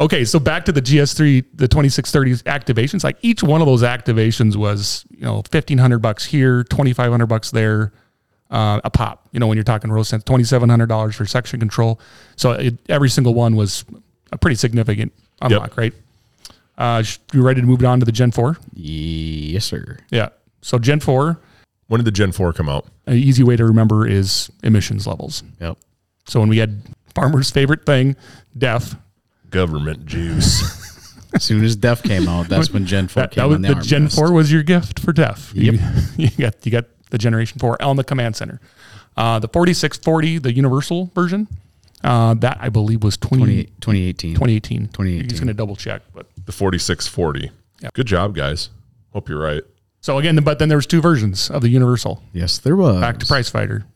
C: okay, so back to the GS3, the 2630 activations. Like each one of those activations was, you know, 1500 bucks here, 2500 bucks there, uh, a pop. You know, when you're talking row cents, $2700 for section control. So it, every single one was a pretty significant unlock, right? Uh, sh- you ready to move it on to the Gen 4?
B: yes, sir.
C: Yeah. So Gen 4,
A: when did the Gen Four come out?
C: an easy way to remember is emissions levels.
B: Yep.
C: So when we had farmer's favorite thing, DEF,
A: Government juice.
B: As soon as Def came out, that's when Gen Four
C: that,
B: came
C: that was
B: on the,
C: the
B: arm
C: Gen
B: rest.
C: Four was your gift for DEF. You, you got you got the Generation Four on the command center. Uh, the 4640, the universal version, uh, that I believe was
B: 20,
C: 20,
B: 2018.
C: 2018.
B: 2018.
C: He's going to double check, but
A: the forty six forty.
C: Yeah.
A: Good job, guys. Hope you're right.
C: so again, but then there was two versions of the universal.
B: Yes, there was.
C: Back to Price Fighter,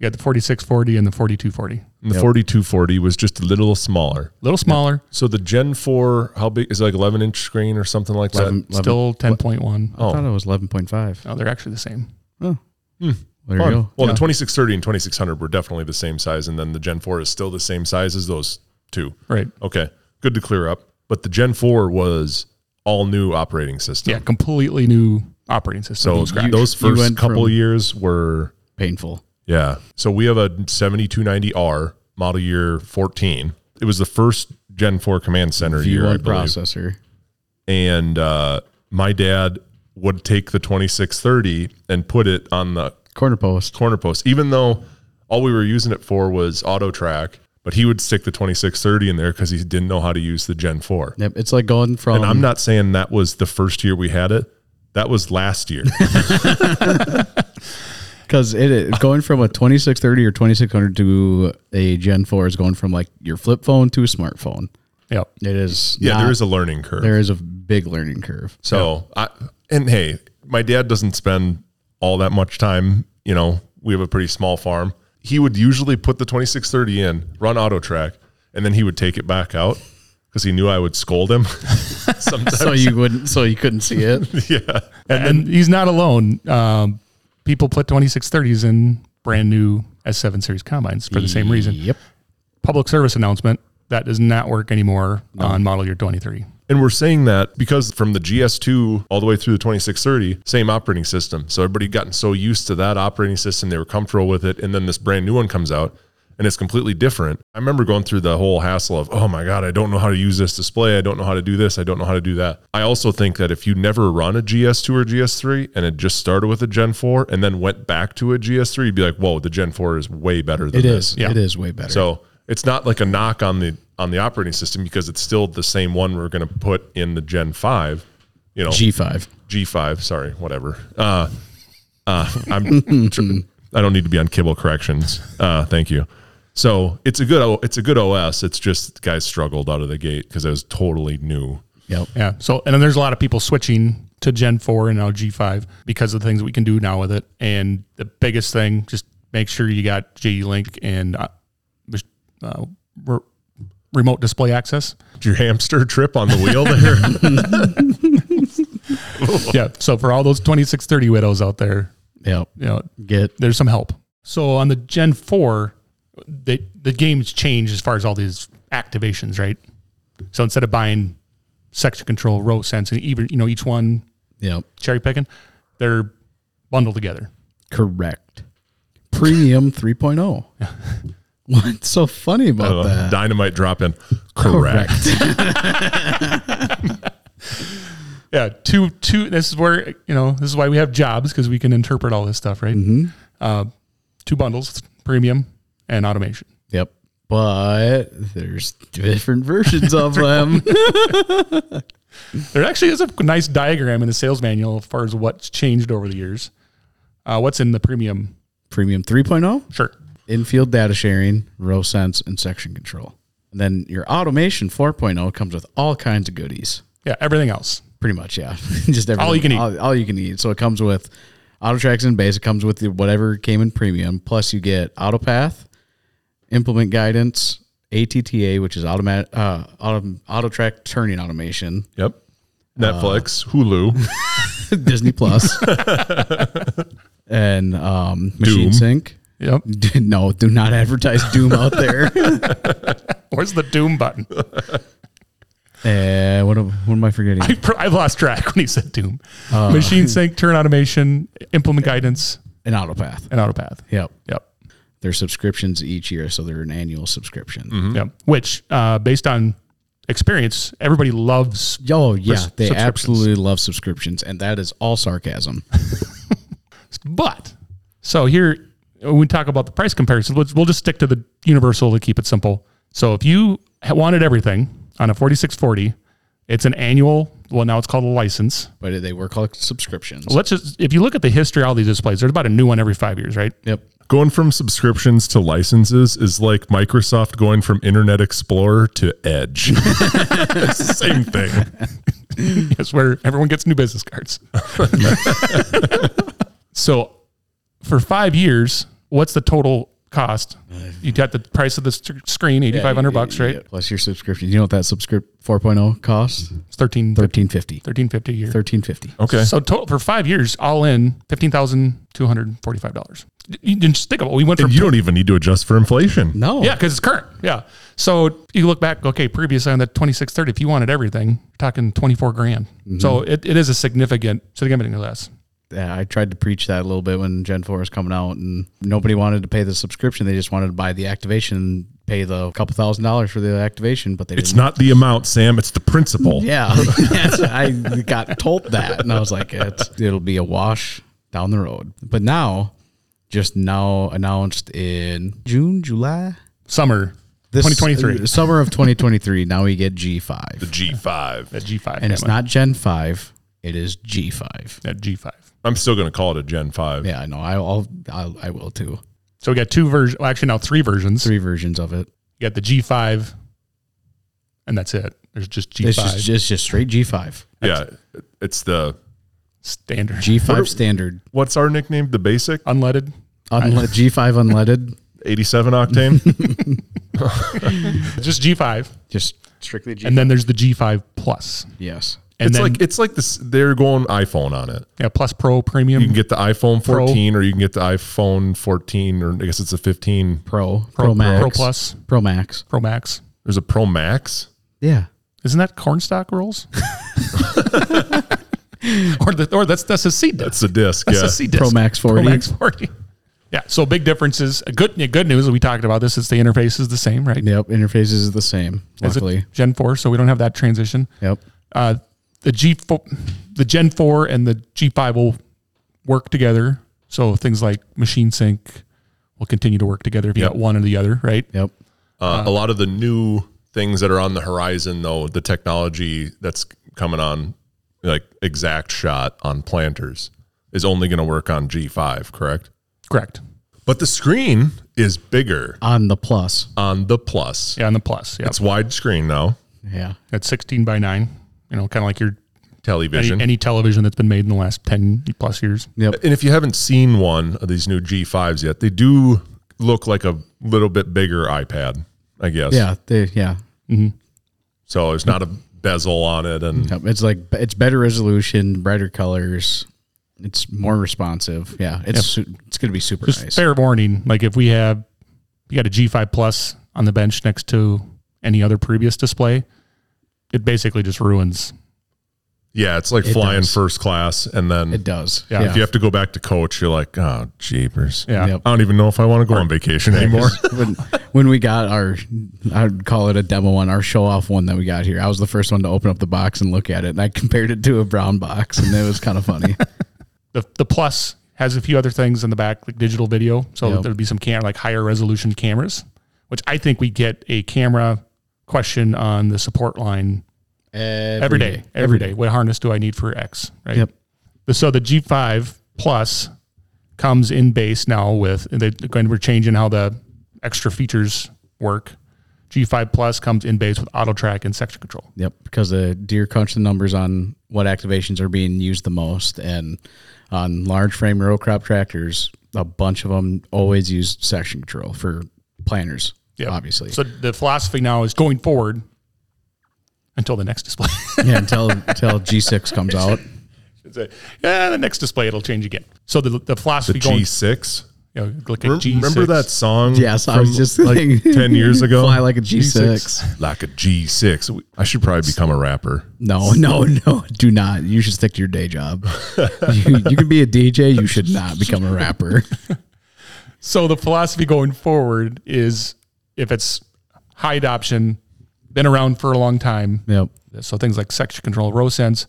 C: you got the 4640 and the 4240.
A: And the forty two forty was just a little smaller.
C: A little smaller,
A: So the Gen Four, how big is it like eleven inch screen or something like
B: Eleven-
A: that?
B: eleven-
C: still Oh. 10.1.
B: I thought it was eleven point five.
C: No, they're actually the same.
B: Oh.
C: Hmm.
B: There
A: Fun.
B: you go.
A: Well, the twenty six thirty and twenty six hundred were definitely the same size, and then the Gen Four is still the same size as those two.
C: Right.
A: Okay, good to clear up. But the Gen Four was all new operating system.
C: Yeah, completely new operating system.
A: So
C: from scratch.
A: those
B: you
A: first
B: went
A: couple
B: from-
A: years were
B: Painful.
A: yeah. So we have a 7290R model year 14. It was the first Gen 4 command center year, I
B: V1
A: believe.
B: processor.
A: And uh, my dad would take the 2630 and put it on the
B: Corner post.
A: corner post, even though all we were using it for was auto track. But he would stick the 2630 in there because he didn't know how to use the Gen 4.
B: Yep. It's like going from
A: And I'm not saying that was the first year we had it. That was last year.
B: Because it, it- going from a 2630 or 2600 to a Gen 4 is going from like your flip phone to a smartphone.
C: yeah.
B: It is.
A: Yeah,
B: not-
A: there is a learning curve.
B: there is a big learning curve.
A: So I and hey, my dad doesn't spend all that much time. You know, we have a pretty small farm. He would usually put the 2630 in, run auto track, and then he would take it back out because he knew I would scold him. Sometimes
B: So you wouldn't. So you couldn't see it.
C: and, and he's not alone. Um, people put 2630s in brand new S7 series combines for the same reason.
B: Yep.
C: Public service announcement that does not work anymore on model year 23.
A: And we're saying that because from the GS2 all the way through the 2630, same operating system. So everybody gotten so used to that operating system, they were comfortable with it. And then this brand new one comes out and it's completely different. I remember going through the whole hassle of, oh my God, I don't know how to use this display. I don't know how to do this. I don't know how to do that. I also think that if you never run a GS2 or GS3 and it just started with a Gen 4 and then went back to a GS3, you'd be like, whoa, the Gen 4 is way better than
B: It
A: this.
B: is. It is way better.
A: So it's not like a knock on the on the operating system because it's still the same one we're going to put in the Gen Five, you know,
B: G5.
A: G five. Sorry, whatever. Uh, uh, I'm tr- I don't need to be on kibble corrections. Uh, thank you. So it's a good O- it's a good OS. It's just guys struggled out of the gate because it was totally new.
B: Yep.
C: Yeah. So, and then there's a lot of people switching to Gen 4 and now G5 because of the things we can do now with it. And the biggest thing, just make sure you got JE Link and uh, uh, re- remote display access.
A: Did your hamster trip on the wheel there?
C: yeah. So, for all those 2630 widows out there,
B: Yep.
C: you know,
B: Get
C: there's some help. So on the Gen 4, the the game's changed as far as all these activations, right? So instead of buying section control, row sense, and even you know each one
B: yep.
C: cherry picking, they're bundled together.
B: Correct. Premium 3.0. What's so funny about that?
A: Dynamite drop in. Oh, Correct.
C: Yeah, two two. This is where you know this is why we have jobs because we can interpret all this stuff, right? Uh, two bundles, premium and automation.
B: Yep. But there's different versions of them.
C: There actually is a nice diagram in the sales manual as far as what's changed over the years. Uh, what's in the premium?
B: Premium 3.0,
C: Sure.
B: infield data sharing, row sense, and section control. And then your automation 4.0 comes with all kinds of goodies.
C: Yeah, everything else.
B: Pretty much, yeah. Just everything,
C: you can eat.
B: All, all you can eat. So it comes with auto tracks and base. It comes with the, whatever came in premium. Plus, you get AutoPath, implement guidance, ATTA, which is automatic uh, auto auto track turning automation,
A: Yep. Netflix, Hulu,
B: Disney Plus, and um, Machine
A: Doom.
B: Sync.
C: Yep.
B: No, do not advertise Doom out there.
C: Where's the doom button?
B: Uh, what, am, what am I forgetting?
C: I, I lost track when he said doom. Machine sync, turn automation, implement guidance,
B: An AutoPath.
C: and autopath.
B: Yep.
C: Yep.
B: They're subscriptions each year, so they're an annual subscription.
C: Yep. Which, uh, based on experience, everybody loves.
B: Oh yeah,
C: s-
B: they
C: subscriptions.
B: absolutely love subscriptions, and that is all sarcasm.
C: But so here, when we talk about the price comparison, let's, we'll just stick to the universal to keep it simple. So if you ha- wanted everything on a 4640, it's an annual. Well, now it's called a license.
B: but they were called subscriptions.
C: Let's just, if you look at the history of all these displays, there's about a new one every five years, right?
B: Yep.
A: Going from subscriptions to licenses is like Microsoft going from Internet Explorer to Edge. It's the Same thing.
C: That's where everyone gets new business cards. so for five years, what's the total cost? You got the price of the s- screen, 8500 bucks, right?
B: Yeah, Plus your subscription. You know what that subscript 4.0 costs?
C: It's 13,
B: 1350.
C: 1350 a year.
B: 1350.
A: Okay.
C: So total for five years, all in, $15,245. You can just think about it. We went from
A: And you don't even need to adjust for inflation.
B: No.
C: Yeah, because it's current. Yeah. So you look back, okay, previously on the 2630, if you wanted everything, you're talking 24 grand. So it, it is a significant, significantly less.
B: Yeah, I tried to preach that a little bit when Gen 4 was coming out and nobody wanted to pay the subscription. They just wanted to buy the activation and pay the couple thousand dollars for the activation, but they
A: It's
B: didn't.
A: not the amount, Sam. It's the principle.
B: yeah. That's- I got told that and I was like, it's, it'll be a wash down the road. But now, just now announced in June, July,
C: Summer
B: this
C: 2023.
B: uh, summer of 2023 now we get g5
A: G5.
C: at G5.
B: and it's not gen 5 it is g5
C: at G5.
A: I'm still going to call it a Gen 5.
B: yeah i know I- i'll i'll i will too
C: So we got two versions, well, actually now three versions.
B: three versions of it
C: You got the G5, and that's it. There's just G5
B: it's just, just just straight g5
A: Yeah. It's the,
C: standard,
B: g5 standard
A: what's our nickname? The basic?
C: unleaded.
B: Unle- g5 unleaded
A: 87 octane?
C: Just G5,
B: just strictly g
C: and then there's the G5 Plus,
B: yes
C: and
A: it's
C: then
A: like, it's like this. They're going iPhone on it.
C: yeah, Plus Pro
A: You can
C: Premium.
A: get the iPhone 14 or you can get the iPhone 14 or I guess it's a 15.
B: pro pro,
C: Pro,
B: max
C: Pro Plus,
B: pro max
C: Pro Max.
A: There's a Pro Max.
B: yeah
C: Isn't that cornstalk rolls? or the, or that's that's a seed disc.
A: It's a disc.
C: That's
A: Yeah.
C: a seed disc.
B: Pro Max 40.
C: Pro Max 40. Yeah. So big differences. Good good news. We talked about this. Is the interface is the same, right?
B: yep interfaces is the same
C: As a
B: luckily
C: Gen 4, so we don't have that transition.
B: yep
C: Uh, the G4, the Gen 4 and the G5 will work together. So things like machine sync will continue to work together if you
A: Yep.
C: got one or the other, right?
B: yep Uh-huh.
A: Uh, a lot of the new things that are on the horizon, though, the technology that's coming on, like exact shot on planters, is only going to work on G5, correct?
C: Correct.
A: But the screen is bigger
B: on the plus
A: on the Plus.
C: Yeah, and the plus. Yeah.
A: It's widescreen now,
B: yeah
C: That's 16 by 9, you know, kind of like your
A: television.
C: any, any television that's been made in the last 10 plus years.
B: yep
A: and if you haven't seen one of these new G5s yet, they do look like a little bit bigger iPad, I guess.
B: yeah they, yeah
A: So there's not a bezel on it and
B: Yep, It's like it's better resolution, brighter colors. It's more responsive. Yeah, it's su- it's gonna be super
C: Just
B: nice.
C: fair warning. Like if we have, you got a G5 Plus on the bench next to any other previous display, it basically just ruins.
A: yeah, it's like
B: It
A: flying
B: does.
A: first class and then
B: It does.
C: Yeah,
A: If you have to go back to coach, you're like, oh, jeepers.
C: Yeah.
B: Yep.
A: I don't even know if I want to go on vacation anymore.
B: when, when we got our, I'd call it a demo one, our show off one that we got here. I was the first one to open up the box and look at it, and I compared it to a brown box, and it was kind of funny.
C: the the plus has a few other things in the back, like digital video. So
B: Yep.
C: there'd be some cam like higher resolution cameras, which I think we get a camera question on the support line every day, every day. What harness do I need for X? Right.
B: Yep.
C: The- So the G5 Plus comes in base now with and they again we're changing how the extra features work. G5 Plus comes in base with auto track and section control.
B: Yep, because the deer crunch the numbers on what activations are being used the most, and on large frame row crop tractors, a bunch of them always use section control for planters.
C: Yep.
B: obviously.
C: So the philosophy now is going forward until the next display.
B: yeah, until until G six comes out.
C: It's a- yeah, the next display it'll change again. So the the
A: The
C: philosophy going
A: G6.
C: you know, look
A: Rem-
C: at G6.
A: Remember that song?
B: Yes, I was just
A: like
B: thinking-
A: 10 years ago.
B: Fly like a G6.
A: Like a G6. I should probably become a rapper.
B: No, no, no. Do not. You should stick to your day job. you, you can be a DJ. You should not become a rapper.
C: So the philosophy going forward is if it's high adoption, been around for a long time.
B: Yep.
C: So things like section control, row sense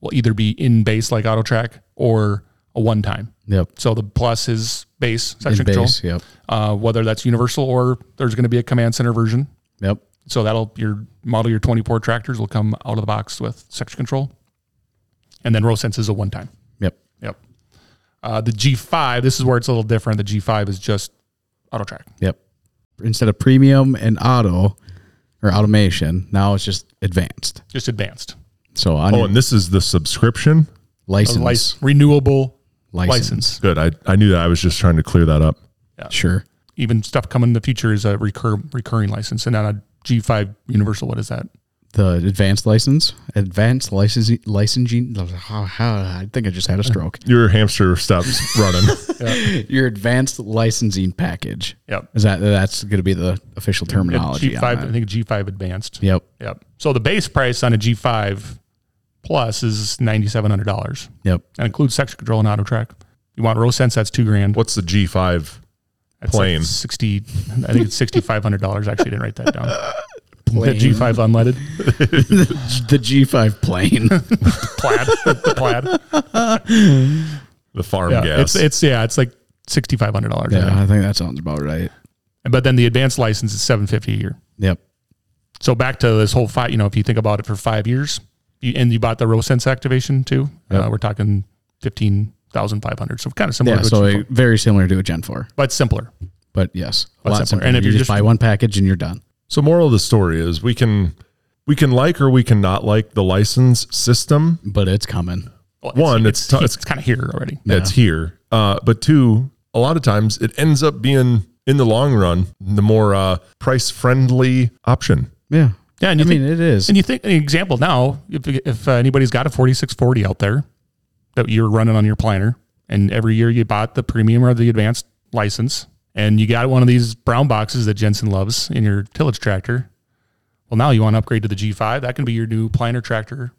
C: will either be in base like auto track or a one time.
B: Yep.
C: So the plus is base section
B: In
C: control,
B: base. Yep.
C: uh, whether that's universal or there's going to be a command center version.
B: Yep.
C: So that'll your model your 24 tractors will come out of the box with section control, and then row sense is a one time.
B: Yep.
C: Yep. Uh, the G5, this is where it's a little different. The G5 is just auto track.
B: Yep. Instead of premium and auto or automation, now it's just advanced.
C: just advanced.
B: So on
A: Oh,
B: your
A: and this is the subscription?
C: A
B: license,
C: lic- renewable
B: License.
C: license.
A: Good. I, I knew that. I was just trying to clear that up.
B: sure.
C: Even stuff coming in the future is a recur, recurring license. And on a G5 universal, what is that?
B: The advanced license, advanced licensing, licensing. I think I just had a stroke.
A: Your hamster stops running.
B: Your advanced licensing package.
C: Yep.
B: Is that that's going to be the official terminology?
C: G5,
B: on
C: I
B: that.
C: think G5 advanced.
B: Yep.
C: Yep. So the base price on a G5 plus is $9,700.
B: Yep.
C: That includes section control and auto track. You want row sense, that's two grand.
A: What's the G5
C: That's
A: plane?
C: 60, I think it's $6,500. Actually, I didn't write that down. The G5 unleaded.
B: The G5 plane.
C: Plaid. plaid.
A: The farm
C: Yeah.
A: gas.
C: It's, it's, yeah, it's like $6,500.
B: yeah, I think that sounds about right.
C: but then the advanced license is 750 a year
B: Yep.
C: so back to this whole fight you know if you think about it for five years you, and you bought the rosense activation too uh, we're talking 15500 so kind of similar
B: Yeah.
C: to
B: So
C: what you-
B: it- very similar to a Gen 4,
C: but simpler
B: but yes, a lot
C: Lot simpler.
B: simpler.
C: And if
B: you
C: you're
B: just
C: just-
B: buy one package and you're done.
A: so moral of the story is we can we can like or we can not like the license system.
B: But it's coming.
C: Well,
A: One,
C: it's,
A: it's t-
C: it's, kind of here already
A: that's here. Uh, but two, a lot of times it ends up being in the long run the more uh, price friendly option.
B: Yeah.
C: yeah and
B: I
C: you
B: mean,
C: think,
B: it is.
C: and you think an example now if, if uh, anybody's got a 4640 out there that you're running on your planner and every year you bought the premium or the advanced license and you got one of these brown boxes that Jensen loves in your tillage tractor. Well, now you want to upgrade to the G5. That can be your new planter tractor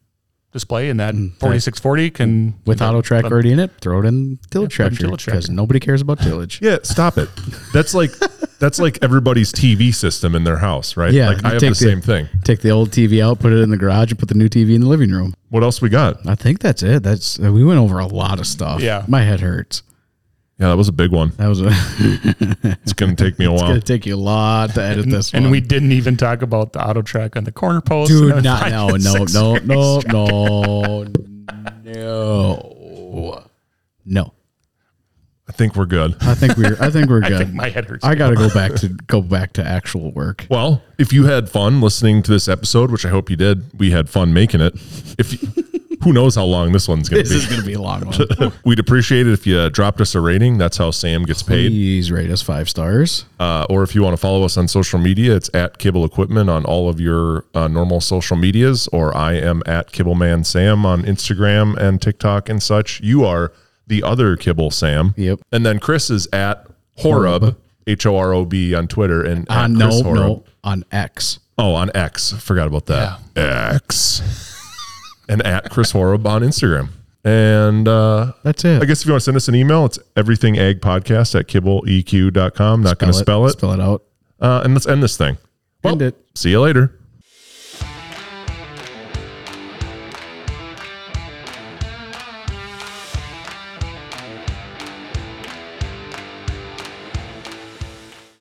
C: display, and that 4640
B: Mm,
C: can
B: with auto track
C: but-
B: already in it, throw it in tillage
C: put in
B: tractor
C: tillage
B: because
C: tractor.
B: nobody cares about tillage.
A: Yeah, stop it. That's like that's like everybody's TV system in their house, right?
B: Yeah,
A: like
B: you
A: I have the
B: take the-
A: same thing.
B: Take the old TV out, put it in the garage, and put the new TV in the living room.
A: What else we got?
B: I think that's it. That's uh, we went over a lot of stuff.
C: Yeah.
B: my head hurts.
A: Yeah, that was a big one.
B: That was a,
A: It's gonna take me a while.
B: gonna take you a lot to edit this.
C: And
B: one.
C: we didn't even talk about the auto track on the corner post.
B: dude,
C: and
B: not
C: five
B: no,
C: and
B: no,
C: six
B: no,
C: series.
B: no, no, no, no.
A: I think we're good.
B: I think we're. I think we're
C: I think
B: good.
C: my head hurts.
B: I gotta go back to go back to actual work.
A: Well, if you had fun listening to this episode, which I hope you did, we had fun making it. If you, who knows how long this one's going
B: This
A: to
B: is gonna be a long one.
A: be, we'd appreciate it if you uh, dropped us a rating. That's how Sam gets paid.
B: Please rate us five stars.
A: Uh, or if you want to follow us on social media, it's at Kibble Equipment on all of your uh, normal social medias, or I am at Kibbleman Sam on Instagram and TikTok and such. You are the other Kibble Sam.
B: Yep.
A: And then Chris is at Horub, H O R O B on Twitter. And at
B: on no,
A: Chris Horub.
B: no, on X.
A: Oh, on X. Forgot about that. X. and at Chris Horub on Instagram. And uh,
B: That's it.
A: I guess if you want to send us an email, it's everythingagpodcast at E kibbleeq.com. Not going to spell it.
B: Spell it out.
A: Uh, and let's end this thing.
B: End it.
A: See you later.